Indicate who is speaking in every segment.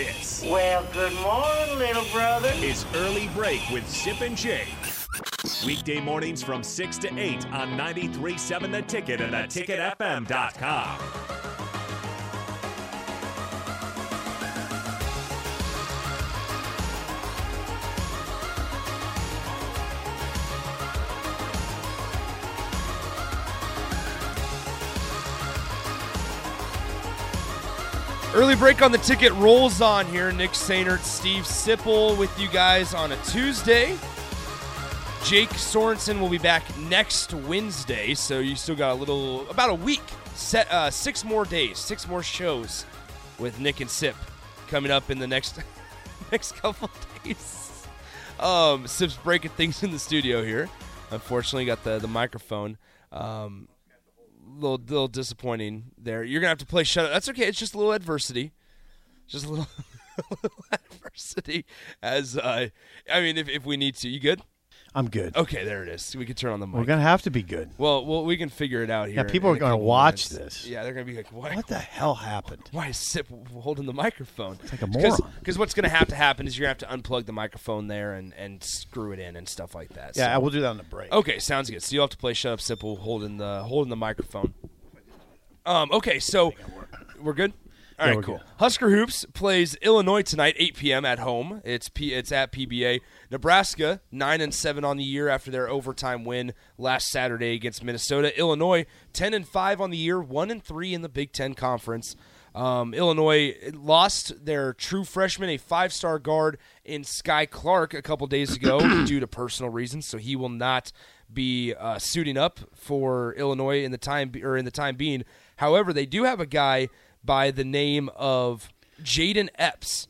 Speaker 1: Yes.
Speaker 2: Well, good morning, little brother.
Speaker 1: It's Early Break with Sip and Jake. Weekday mornings from 6 to 8 on 93.7 The Ticket and theticketfm.com.
Speaker 3: Early break on the ticket rolls on here. Nick Sainert, Steve Sipple with you guys on a Tuesday. Jake Sorensen will be back next Wednesday, so you still got a little, about a week, set uh, six more days, six more shows with Nick and Sip coming up in the next next couple days. Um, Sip's breaking things in the studio here. Unfortunately, got the the microphone. Um, little little disappointing there. You're gonna have to play shut up. That's okay. It's just a little adversity, just a little, little adversity. As uh, I mean, if, if we need to, you good?
Speaker 4: I'm good.
Speaker 3: Okay, there it is. We can turn on the mic.
Speaker 4: We're gonna have to be good.
Speaker 3: well, well, we can figure it out here.
Speaker 4: Yeah, people
Speaker 3: in
Speaker 4: are
Speaker 3: a
Speaker 4: gonna
Speaker 3: couple
Speaker 4: watch
Speaker 3: minutes.
Speaker 4: this.
Speaker 3: Yeah, they're gonna be like, why?
Speaker 4: What the hell happened?
Speaker 3: Why is Sip holding the microphone? It's
Speaker 4: like a moron.
Speaker 3: Because what's going to have to happen is you're going to have to unplug the microphone there and, and screw it in and stuff like that.
Speaker 4: Yeah,
Speaker 3: So-
Speaker 4: we'll do that on the break.
Speaker 3: Okay, sounds good. So you'll have to play Shut Up Simple holding the holding the microphone. Um, okay, so we're good? All right,
Speaker 4: we're
Speaker 3: cool.
Speaker 4: good.
Speaker 3: Husker Hoops plays Illinois tonight, 8 p.m. at home. It's P- it's at PBA. Nebraska, 9 and 7 on the year after their overtime win last Saturday against Minnesota. Illinois, 10 and 5 on the year, 1 and 3 in the Big 10 conference. Um, Illinois lost their true freshman, a five star guard in Sky Clark, a couple days ago due to personal reasons. So he will not be uh, suiting up for Illinois in the time or in the time being. However, they do have a guy by the name of Jaden Epps,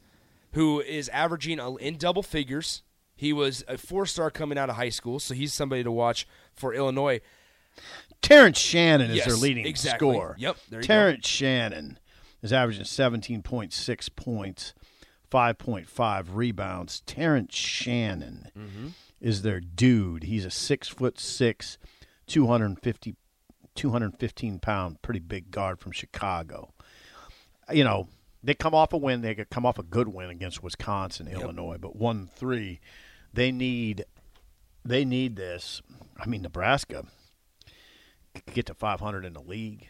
Speaker 3: who is averaging a- in double figures. He was a four star coming out of high school, so he's somebody to watch for Illinois.
Speaker 4: Terrence Shannon is
Speaker 3: Yes,
Speaker 4: their leading
Speaker 3: exactly.
Speaker 4: scorer.
Speaker 3: Yep, there you go.
Speaker 4: Terrence Shannon is averaging 17.6 points, 5.5 rebounds. Terrence Shannon
Speaker 3: Mm-hmm.
Speaker 4: is their dude. He's a six foot six, 250, 215 pound, pretty big guard from Chicago. You know, they come off a win. They could come off a good win against Wisconsin, Illinois, but one three. They need, they need this. I mean, Nebraska could get to 500 in the league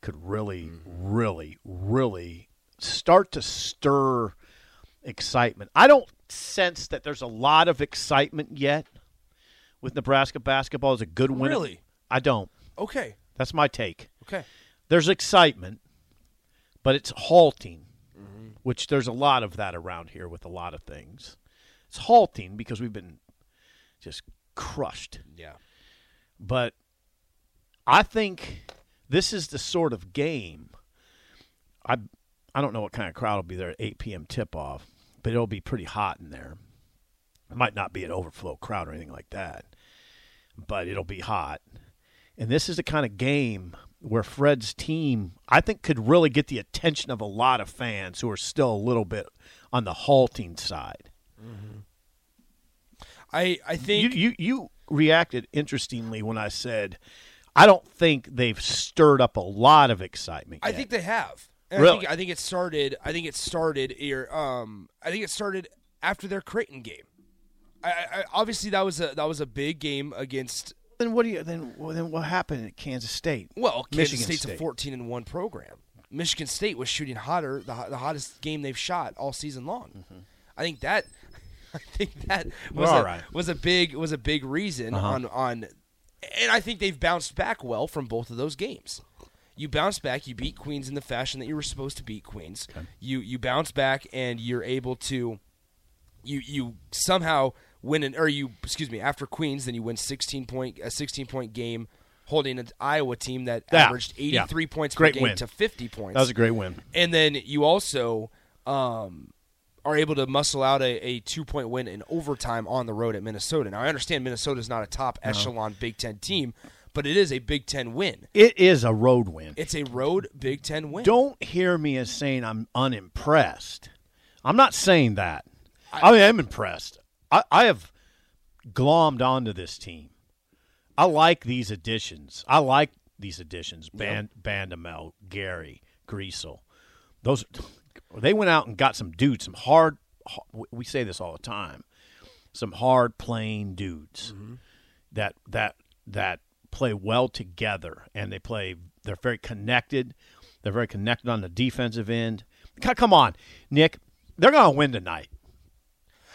Speaker 4: could really, really, really start to stir excitement. I don't sense that there's a lot of excitement yet with Nebraska basketball as a good win.
Speaker 3: Really?
Speaker 4: I don't.
Speaker 3: Okay,
Speaker 4: That's my take.
Speaker 3: okay,
Speaker 4: There's excitement, but it's halting, which there's a lot of that around here with a lot of things. It's halting because we've been just crushed
Speaker 3: yeah,
Speaker 4: but I think this is the sort of game. I I don't know what kind of crowd will be there at 8 p.m. tip off, but it'll be pretty hot in there. It might not be an overflow crowd or anything like that, but it'll be hot. And this is the kind of game where Fred's team, I think, could really get the attention of a lot of fans who are still a little bit on the halting side.
Speaker 3: I I think
Speaker 4: you, you you reacted interestingly when I said I don't think they've stirred up a lot of excitement.
Speaker 3: I
Speaker 4: yet."
Speaker 3: think they have. And I
Speaker 4: Really?
Speaker 3: think, I think it started. I think it started. Here, um, I think it started after their Creighton game. I, I I- obviously that was a that was a big game against
Speaker 4: Then what do you then well, then what happened at Kansas State?
Speaker 3: well Kansas
Speaker 4: Michigan
Speaker 3: State's a
Speaker 4: State.
Speaker 3: fourteen and one program. Michigan State was shooting hotter the, ho- the hottest game they've shot all season long. I think that I think that was
Speaker 4: Mm-hmm. all
Speaker 3: a,
Speaker 4: right. Uh-huh.
Speaker 3: was a big was a big reason on on and I think they've bounced back well from both of those games. You bounce back, you beat Queens in the fashion that you were supposed to beat Queens. You you bounce back and you're able to you you somehow win an or you excuse me after Queens then you win sixteen point a sixteen point game holding an Iowa team that
Speaker 4: Yeah.
Speaker 3: averaged eighty
Speaker 4: Yeah.
Speaker 3: three points
Speaker 4: Great
Speaker 3: per game
Speaker 4: win.
Speaker 3: to fifty points.
Speaker 4: That was a great win.
Speaker 3: and then you also um, are able to muscle out a, a two point win in overtime on the road at Minnesota. Now I understand Minnesota's not a top echelon Big Ten team, but it is a Big Ten win.
Speaker 4: It is a road win.
Speaker 3: It's a road Big Ten win.
Speaker 4: Don't hear me as saying I'm unimpressed. I'm not saying that. I, am impressed. I, I have glommed onto this team. I like these additions. I like these additions. Band, Bandamel, Gary, Greasel. Those They went out and got some dudes, some hard. h- We say this all the time, some hard playing dudes that that that play well together, and they play. They're very connected. They're very connected on the defensive end. C- Come on, Nick. They're going to win tonight.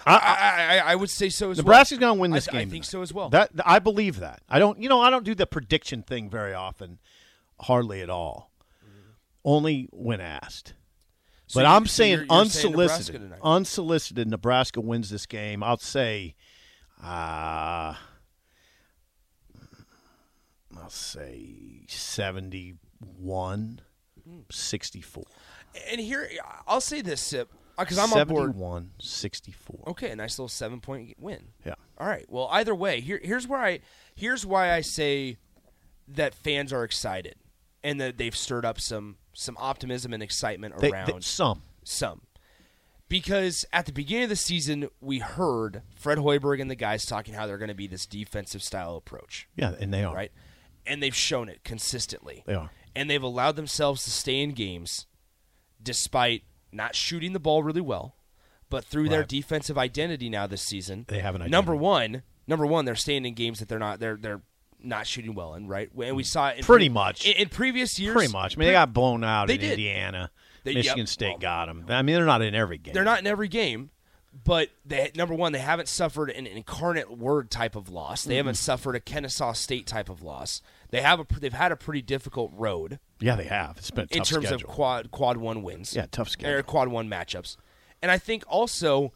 Speaker 3: I, I, I would say so as
Speaker 4: Nebraska's
Speaker 3: well.
Speaker 4: going to win this
Speaker 3: I,
Speaker 4: game.
Speaker 3: I think
Speaker 4: tonight.
Speaker 3: so as well.
Speaker 4: That I believe that. I don't. You know, I don't do the prediction thing very often, hardly at all. Only when asked.
Speaker 3: So
Speaker 4: But
Speaker 3: you-
Speaker 4: I'm
Speaker 3: so
Speaker 4: saying
Speaker 3: you're- you're saying Nebraska
Speaker 4: unsolicited.
Speaker 3: tonight.
Speaker 4: unsolicited, Nebraska wins this game. I'll say, uh, I'll say 71, 64.
Speaker 3: and here, I'll say this, Sip, because Hmm. I'm on board.
Speaker 4: 71, 64.
Speaker 3: Okay, a nice little seven point win.
Speaker 4: Yeah.
Speaker 3: All right. Well, either way, here here's where I here's why I say that fans are excited and that they've stirred up some some optimism and excitement
Speaker 4: They,
Speaker 3: around
Speaker 4: they- some.
Speaker 3: some. Because at the beginning of the season, we heard Fred Hoiberg and the guys talking how they're going to be this defensive style approach,
Speaker 4: Yeah, and they are.
Speaker 3: right? And they've shown it consistently.
Speaker 4: They are.
Speaker 3: And they've allowed themselves to stay in games despite not shooting the ball really well, but through their
Speaker 4: Right.
Speaker 3: defensive identity now this season.
Speaker 4: They have an identity.
Speaker 3: Number 1, number 1, they're staying in games that they're not they're they're not shooting well in, right? And we saw it in
Speaker 4: Mm. Pretty much.
Speaker 3: in, in previous years.
Speaker 4: Pretty much. I mean, they
Speaker 3: pre-
Speaker 4: got blown out
Speaker 3: They
Speaker 4: in
Speaker 3: did.
Speaker 4: Indiana.
Speaker 3: They-
Speaker 4: Michigan
Speaker 3: yep.
Speaker 4: State
Speaker 3: Well,
Speaker 4: got them. I mean, they're not in every game.
Speaker 3: they're not in every game, but they number one, they haven't suffered an incarnate word type of loss.
Speaker 4: Mm-hmm.
Speaker 3: They haven't suffered a Kennesaw State type of loss. They have a pr- they've had a pretty difficult road
Speaker 4: Yeah, they have. It's been a
Speaker 3: in
Speaker 4: tough
Speaker 3: terms
Speaker 4: schedule.
Speaker 3: of quad quad one wins.
Speaker 4: Yeah, tough schedule.
Speaker 3: Or quad one matchups, and I think also,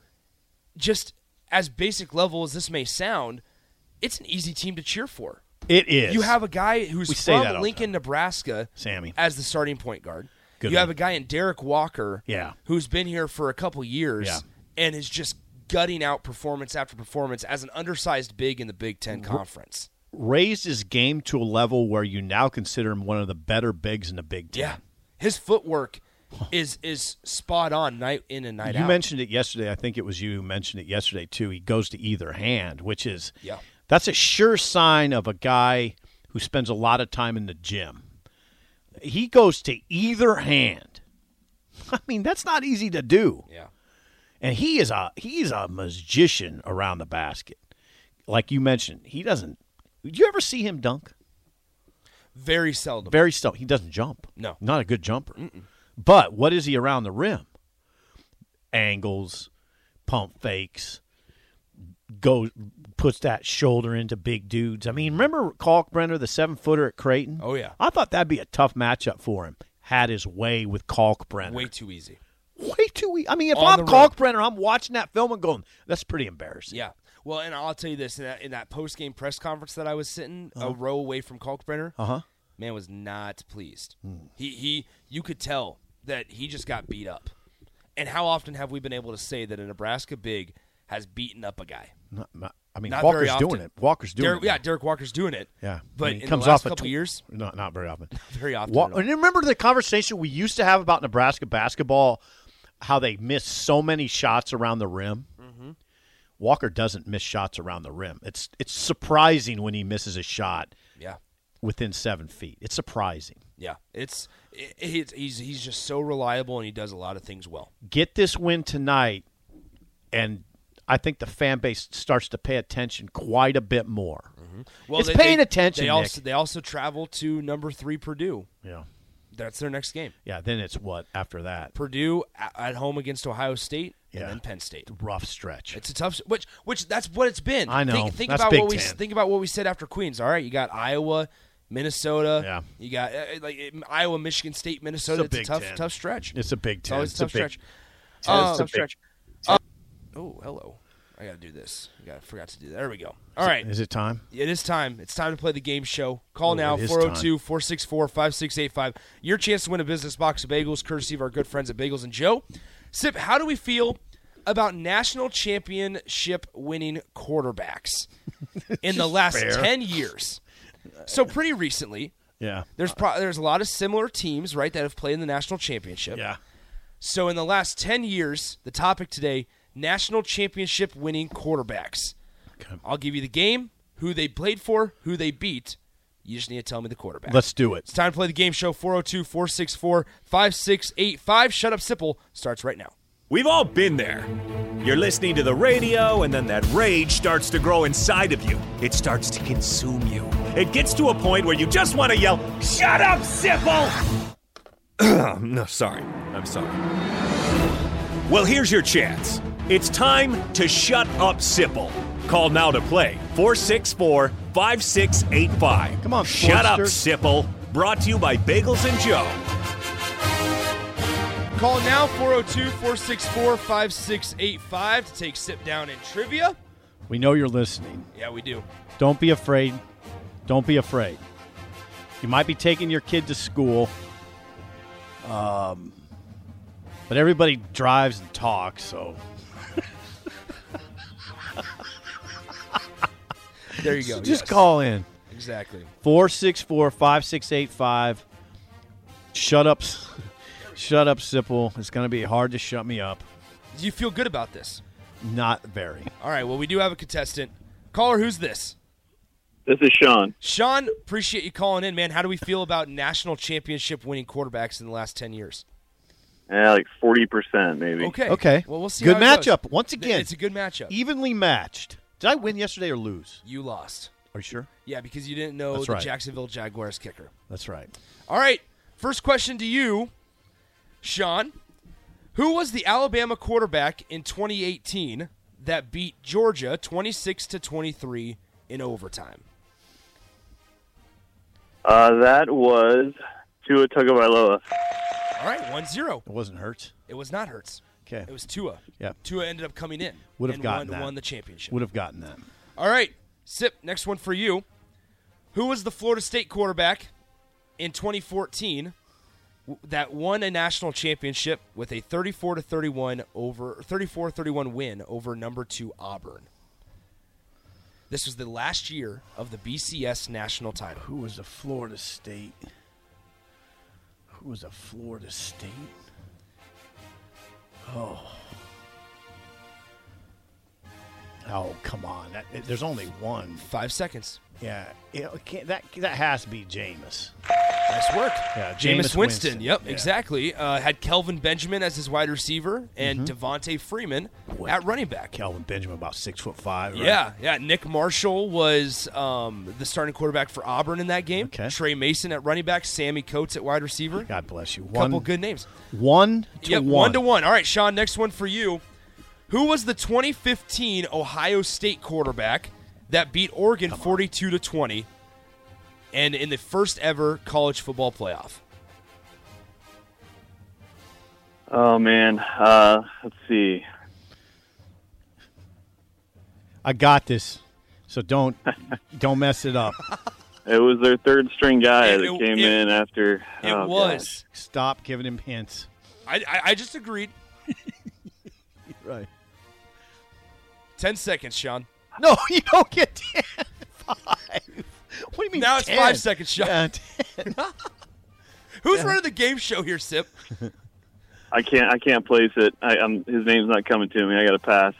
Speaker 3: just as basic level as this may sound, it's an easy team to cheer for.
Speaker 4: it is.
Speaker 3: You have a guy who's
Speaker 4: We say that all
Speaker 3: from
Speaker 4: the
Speaker 3: Lincoln, Nebraska,
Speaker 4: Sammy.
Speaker 3: as the starting point guard.
Speaker 4: Good
Speaker 3: you have
Speaker 4: one.
Speaker 3: a guy in Derek Walker,
Speaker 4: Yeah.
Speaker 3: who's been here for a couple years
Speaker 4: Yeah.
Speaker 3: and is just gutting out performance after performance as an undersized big in the Big Ten conference.
Speaker 4: raised his game to a level where you now consider him one of the better bigs in the Big Ten.
Speaker 3: Yeah, his footwork is is spot on night in and night
Speaker 4: You
Speaker 3: out.
Speaker 4: mentioned it yesterday. I think it was you who mentioned it yesterday too. He goes to either hand, which is
Speaker 3: Yeah.
Speaker 4: That's a sure sign of a guy who spends a lot of time in the gym. He goes to either hand. I mean, that's not easy to do.
Speaker 3: yeah,
Speaker 4: And he is a he's a magician around the basket. Like you mentioned, he doesn't Did you ever see him dunk?
Speaker 3: very seldom.
Speaker 4: Very still. He doesn't jump.
Speaker 3: No.
Speaker 4: Not a good jumper. But what is he around the rim? Angles, pump fakes, goes puts that shoulder into big dudes. I mean, remember Kalkbrenner, the seven footer at Creighton?
Speaker 3: Oh, yeah.
Speaker 4: I thought that'd be a tough matchup for him. Had his way with Kalkbrenner.
Speaker 3: Way too easy.
Speaker 4: way too easy. I mean, if
Speaker 3: On
Speaker 4: I'm
Speaker 3: the road.
Speaker 4: Kalkbrenner, I'm watching that film and going, that's pretty embarrassing.
Speaker 3: Yeah. Well, and I'll tell you this: in that, in that post game press conference that I was sitting
Speaker 4: Uh-huh.
Speaker 3: a row away from Kalkbrenner,
Speaker 4: Uh huh.
Speaker 3: man was not pleased.
Speaker 4: Hmm.
Speaker 3: He he you could tell that he just got beat up. And how often have we been able to say that a Nebraska big has beaten up a guy?
Speaker 4: Not, not- I mean,
Speaker 3: Not very
Speaker 4: Walker's
Speaker 3: often.
Speaker 4: doing it. Walker's doing
Speaker 3: Derek,
Speaker 4: it.
Speaker 3: yeah, Derek Walker's doing it.
Speaker 4: Yeah,
Speaker 3: But
Speaker 4: I mean,
Speaker 3: in
Speaker 4: it comes
Speaker 3: the last
Speaker 4: off a
Speaker 3: couple
Speaker 4: tw-
Speaker 3: years,
Speaker 4: Not not very often.
Speaker 3: very often.
Speaker 4: Wa-
Speaker 3: at all.
Speaker 4: and remember the conversation we used to have about Nebraska basketball, how they miss so many shots around the rim.
Speaker 3: Mm-hmm.
Speaker 4: Walker doesn't miss shots around the rim. It's it's surprising when he misses a shot
Speaker 3: yeah.
Speaker 4: within seven feet. It's surprising.
Speaker 3: Yeah. It's it, it's he's he's just so reliable and he does a lot of things well.
Speaker 4: Get this win tonight, and I think the fan base starts to pay attention quite a bit more.
Speaker 3: Mm-hmm. Well,
Speaker 4: It's paying attention,
Speaker 3: They
Speaker 4: Nick.
Speaker 3: also they also travel to number 3 Purdue.
Speaker 4: Yeah,
Speaker 3: That's their next game.
Speaker 4: yeah. Then it's what after that
Speaker 3: Purdue at, at home against Ohio State
Speaker 4: Yeah.
Speaker 3: and then Penn State.
Speaker 4: rough stretch.
Speaker 3: It's a tough, which which that's what it's been.
Speaker 4: I know.
Speaker 3: Think, think
Speaker 4: That's
Speaker 3: about
Speaker 4: Big
Speaker 3: what we
Speaker 4: Ten.
Speaker 3: think about what we said after Queens. All right, you got Iowa, Minnesota.
Speaker 4: Yeah.
Speaker 3: you got uh, like uh, Iowa, Michigan State, Minnesota. It's a,
Speaker 4: Big
Speaker 3: tough,
Speaker 4: Ten.
Speaker 3: tough stretch.
Speaker 4: It's a Big
Speaker 3: It's
Speaker 4: Ten.
Speaker 3: always a tough
Speaker 4: Big-
Speaker 3: stretch.
Speaker 4: It's a
Speaker 3: Um,
Speaker 4: Big stretch.
Speaker 3: Oh, hello. I gotta do this. I got forgot to do that. There we go. All right.
Speaker 4: Is it time?
Speaker 3: It is time. It's time to play the game show. Call
Speaker 4: Ooh,
Speaker 3: now
Speaker 4: Oh, it is
Speaker 3: 402 464 5685. Your chance to win a business box of bagels, courtesy of our good friends at Bagels and Joe. Sip, how do we feel about national championship winning quarterbacks in the last
Speaker 4: fair.
Speaker 3: 10 years? So, pretty recently,
Speaker 4: Yeah.
Speaker 3: there's, pro- there's a lot of similar teams, right, that have played in the national championship.
Speaker 4: Yeah.
Speaker 3: So in the last 10 years, the topic today, national championship winning quarterbacks.
Speaker 4: Okay.
Speaker 3: I'll give you the game, who they played for, who they beat. You just need to tell me the quarterback.
Speaker 4: Let's do it.
Speaker 3: It's time to play the game show 402 464 5685. Shut Up Sipple starts right now.
Speaker 1: We've all been there. You're listening to the radio, and then that rage starts to grow inside of you. It starts to consume you. It gets to a point where you just want to yell, Shut up, Sipple! no, sorry. I'm sorry. Well, here's your chance. It's time to shut up, Sipple. Call now to play 464 5685.
Speaker 4: Come on,
Speaker 1: Shut up,
Speaker 4: Forster.
Speaker 1: Sipple. Brought to you by Bagels and Joe.
Speaker 3: Call now 402 464 5685 to take Sip Down in trivia.
Speaker 4: We know you're listening.
Speaker 3: Yeah, we do.
Speaker 4: Don't be afraid. Don't be afraid. You might be taking your kid to school, um, but everybody drives and talks, so
Speaker 3: There you go.
Speaker 4: just
Speaker 3: Oh, yes.
Speaker 4: call in.
Speaker 3: Exactly.
Speaker 4: 464 5685. Shut up. Shut up, Sipple. It's going to be hard to shut me up.
Speaker 3: Do you feel good about this?
Speaker 4: Not very.
Speaker 3: All right, well, we do have a contestant. Caller, who's this?
Speaker 5: This is Sean.
Speaker 3: Sean, appreciate you calling in, man. How do we feel about national championship winning quarterbacks in the last 10 years?
Speaker 5: Yeah, like forty percent maybe.
Speaker 3: Okay.
Speaker 4: Okay.
Speaker 3: Well, we'll see.
Speaker 4: Good
Speaker 3: how it goes.
Speaker 4: matchup. Once again,
Speaker 3: It's a good matchup.
Speaker 4: evenly matched. Did I win yesterday or lose?
Speaker 3: you lost.
Speaker 4: Are you sure?
Speaker 3: Yeah, because you didn't know
Speaker 4: That's
Speaker 3: the
Speaker 4: right.
Speaker 3: Jacksonville Jaguars kicker.
Speaker 4: That's right.
Speaker 3: All right. First question to you, Sean. Who was the Alabama quarterback in 2018 that beat Georgia 26 to 23 in overtime?
Speaker 5: Uh, that was Tua Tagovailoa.
Speaker 3: All right, 1-0.
Speaker 4: It wasn't hurt.
Speaker 3: It was not Hurts.
Speaker 4: Okay.
Speaker 3: It was Tua.
Speaker 4: Yeah.
Speaker 3: Tua ended up coming in.
Speaker 4: Would have
Speaker 3: and
Speaker 4: gotten
Speaker 3: won,
Speaker 4: that.
Speaker 3: won the championship.
Speaker 4: Would have gotten that.
Speaker 3: All right, Sip, next one for you. Who was the Florida State quarterback in 2014 w- that won a national championship with a 34 to 31 over 34 31 win over number 2 Auburn? This was the last year of the BCS national title.
Speaker 4: Who was a Florida State? Who was a Florida State? Oh. Oh, come on. That, there's only one.
Speaker 3: 5 seconds.
Speaker 4: Yeah. It can't, that, that has to be Jameis.
Speaker 3: Nice work.
Speaker 4: Yeah,
Speaker 3: Jameis
Speaker 4: Jameis
Speaker 3: Winston.
Speaker 4: Winston.
Speaker 3: Yep,
Speaker 4: Yeah.
Speaker 3: exactly. Uh, had Kelvin Benjamin as his wide receiver and
Speaker 4: Mm-hmm.
Speaker 3: Devontae Freeman at running back.
Speaker 4: Calvin Benjamin, about six foot five. right?
Speaker 3: Yeah, yeah. Nick Marshall was um, the starting quarterback for Auburn in that game.
Speaker 4: Okay.
Speaker 3: Trey Mason at running back. Sammy Coates at wide receiver.
Speaker 4: God bless you.
Speaker 3: A
Speaker 4: One,
Speaker 3: couple good names.
Speaker 4: One to
Speaker 3: yep,
Speaker 4: one.
Speaker 3: to one. All right, Sean. Next one for you. Who was the 2015 Ohio State quarterback that beat Oregon 42 to 20, and in the first ever college football playoff?
Speaker 5: Oh man. Uh, let's see.
Speaker 4: I got this. So don't don't mess it up.
Speaker 5: It was their third string guy
Speaker 3: It-
Speaker 5: that
Speaker 3: it-
Speaker 5: came
Speaker 3: it-
Speaker 5: in after.
Speaker 3: It
Speaker 5: oh, gosh.
Speaker 3: was.
Speaker 4: Stop giving him hints.
Speaker 3: I, I I just agreed.
Speaker 4: Right.
Speaker 3: Ten seconds, Sean.
Speaker 4: No, you don't get 10. Five. What do you mean?
Speaker 3: Now it's
Speaker 4: 10?
Speaker 3: five seconds, Sean.
Speaker 4: Yeah, 10.
Speaker 3: Who's running the game show here, Sip?
Speaker 5: I can't. I can't place it. I, I'm, his name's not coming to me. I got to pass.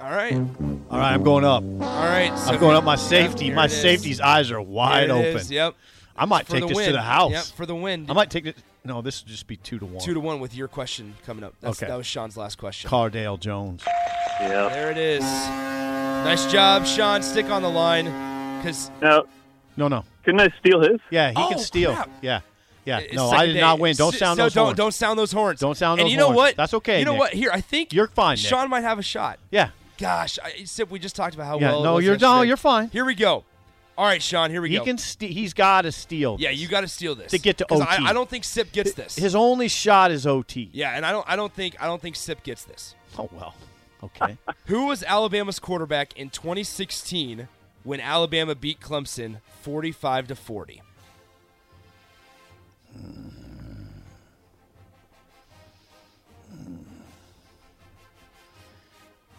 Speaker 3: All right,
Speaker 4: All right, I'm going up.
Speaker 3: all right.
Speaker 4: I'm
Speaker 3: Sip,
Speaker 4: going up my
Speaker 3: yeah,
Speaker 4: safety.
Speaker 3: here
Speaker 4: my
Speaker 3: it is.
Speaker 4: safety's eyes are
Speaker 3: There
Speaker 4: wide
Speaker 3: it
Speaker 4: open.
Speaker 3: is, Yep.
Speaker 4: I might
Speaker 3: For
Speaker 4: take
Speaker 3: the
Speaker 4: this to
Speaker 3: win.
Speaker 4: the house.
Speaker 3: Yep, for the win.
Speaker 4: I might take it. No, this would just be two to one.
Speaker 3: Two to one with your question coming up. That's,
Speaker 4: Okay.
Speaker 3: That was Sean's last question.
Speaker 4: Cardale Jones.
Speaker 5: Yeah.
Speaker 3: There it is. Nice job, Sean. Stick on the line, because
Speaker 5: Now,
Speaker 4: No, no.
Speaker 5: couldn't I steal his?
Speaker 4: Yeah, he
Speaker 3: Oh,
Speaker 4: can steal.
Speaker 3: crap.
Speaker 4: Yeah, yeah. Uh, no, I did not win. Don't sound
Speaker 3: so
Speaker 4: those
Speaker 3: don't,
Speaker 4: horns.
Speaker 3: Don't sound those horns.
Speaker 4: Don't sound
Speaker 3: And
Speaker 4: those
Speaker 3: you know
Speaker 4: horns.
Speaker 3: what?
Speaker 4: That's okay,
Speaker 3: You know
Speaker 4: Nick.
Speaker 3: what? Here, I think
Speaker 4: You're fine, Nick.
Speaker 3: Sean might have a shot.
Speaker 4: Yeah.
Speaker 3: Gosh, I, Sip, we just talked about how
Speaker 4: Yeah,
Speaker 3: well. it
Speaker 4: no,
Speaker 3: was
Speaker 4: you're- no,
Speaker 3: yesterday.
Speaker 4: you're fine.
Speaker 3: Here we go. All right, Sean. Here we
Speaker 4: He
Speaker 3: go.
Speaker 4: can. St- he's got to steal.
Speaker 3: yeah,
Speaker 4: this.
Speaker 3: you got to steal this
Speaker 4: To get to
Speaker 3: 'Cause
Speaker 4: OT.
Speaker 3: I, I don't think Sip gets this.
Speaker 4: His only shot is OT.
Speaker 3: yeah, and I don't. I don't think. I don't think Sip gets this.
Speaker 4: Oh well. Okay.
Speaker 3: Who was Alabama's quarterback in 2016 when Alabama beat Clemson 45 to 40?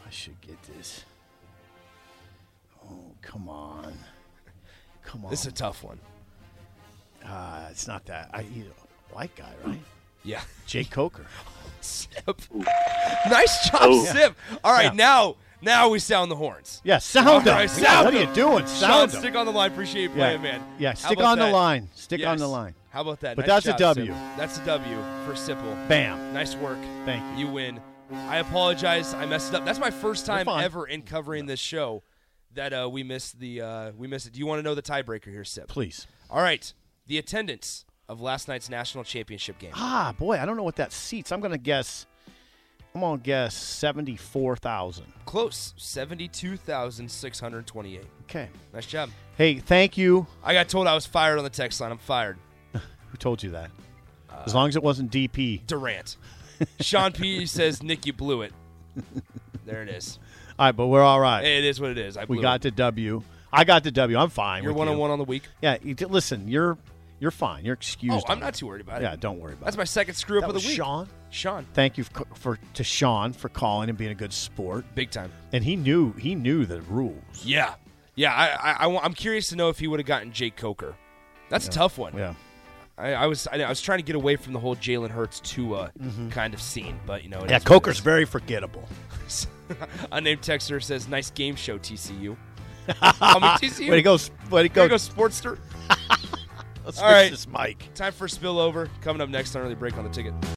Speaker 4: I should get this. Oh come on, come on.
Speaker 3: This is a tough one.
Speaker 4: uh, it's not that. I he's a white guy, right?
Speaker 3: Yeah.
Speaker 4: Jake Coker.
Speaker 3: Sip. Nice job,
Speaker 5: Oh.
Speaker 3: Sip. All right,
Speaker 4: Yeah.
Speaker 3: now Now we sound the horns.
Speaker 4: Yeah, sound
Speaker 3: All
Speaker 4: them.
Speaker 3: right,
Speaker 4: Yeah,
Speaker 3: sound
Speaker 4: what are
Speaker 3: them.
Speaker 4: you doing?
Speaker 3: Sean,
Speaker 4: Sound them.
Speaker 3: stick on the line. Appreciate you
Speaker 4: yeah.
Speaker 3: playing, man.
Speaker 4: yeah,
Speaker 3: How
Speaker 4: stick
Speaker 3: about
Speaker 4: on the
Speaker 3: that?
Speaker 4: line. Stick on the
Speaker 3: Yes.
Speaker 4: line.
Speaker 3: How about that?
Speaker 4: But
Speaker 3: Nice
Speaker 4: that's a
Speaker 3: job,
Speaker 4: W.
Speaker 3: Sip. That's a W for Sipple.
Speaker 4: Bam.
Speaker 3: Nice work.
Speaker 4: Thank you.
Speaker 3: You win. I apologize. I messed it up. That's my first time
Speaker 4: fine.
Speaker 3: ever in covering this show that uh, we missed the uh, we missed it. Do you want to know the tiebreaker here, Sip?
Speaker 4: Please.
Speaker 3: All right. The attendance of last night's national championship game.
Speaker 4: Ah, boy, I don't know what that seats. I'm gonna guess. I'm gonna guess seventy-four thousand.
Speaker 3: Close. Seventy-two thousand six hundred twenty-eight.
Speaker 4: Okay.
Speaker 3: Nice job.
Speaker 4: Hey, thank you.
Speaker 3: I got told I was fired on the text line. I'm fired.
Speaker 4: Who told you that?
Speaker 3: Uh,
Speaker 4: As long as it wasn't DP.
Speaker 3: Durant. Sean P says, Nick, you blew it. There it is.
Speaker 4: All right, but we're all right.
Speaker 3: It is what it is. I blew
Speaker 4: we got
Speaker 3: it.
Speaker 4: to W. I got to W. I'm fine.
Speaker 3: You're
Speaker 4: with
Speaker 3: one
Speaker 4: you.
Speaker 3: on one on the week.
Speaker 4: Yeah. You, t- listen, you're you're fine. You're
Speaker 3: Oh,
Speaker 4: excused.
Speaker 3: I'm
Speaker 4: on
Speaker 3: not
Speaker 4: that.
Speaker 3: too worried about
Speaker 4: Yeah,
Speaker 3: it.
Speaker 4: don't worry about
Speaker 3: That's
Speaker 4: it.
Speaker 3: my second screw up
Speaker 4: That
Speaker 3: of the
Speaker 4: was
Speaker 3: week.
Speaker 4: Sean.
Speaker 3: Sean,
Speaker 4: Thank you for, for to Sean for calling and being a good sport.
Speaker 3: big time.
Speaker 4: And he knew he knew the rules.
Speaker 3: Yeah, yeah. I, I, I wa- I'm curious to know if he would have gotten Jake Coker. That's a tough one.
Speaker 4: Yeah.
Speaker 3: I, I was, I, I was trying to get away from the whole Jalen Hurts Tua kind of scene, but you know. it
Speaker 4: Mm-hmm. Yeah,
Speaker 3: is what it
Speaker 4: Coker's very forgettable.
Speaker 3: is. Unnamed texter says, "Nice game show, TCU." I mean, TCU.
Speaker 4: Way to go, s-
Speaker 3: There
Speaker 4: way to go,
Speaker 3: you go, Sportster.
Speaker 4: Let's
Speaker 3: All
Speaker 4: fix
Speaker 3: right.
Speaker 4: this mic.
Speaker 3: Time for spillover. Coming up next on early break on the ticket.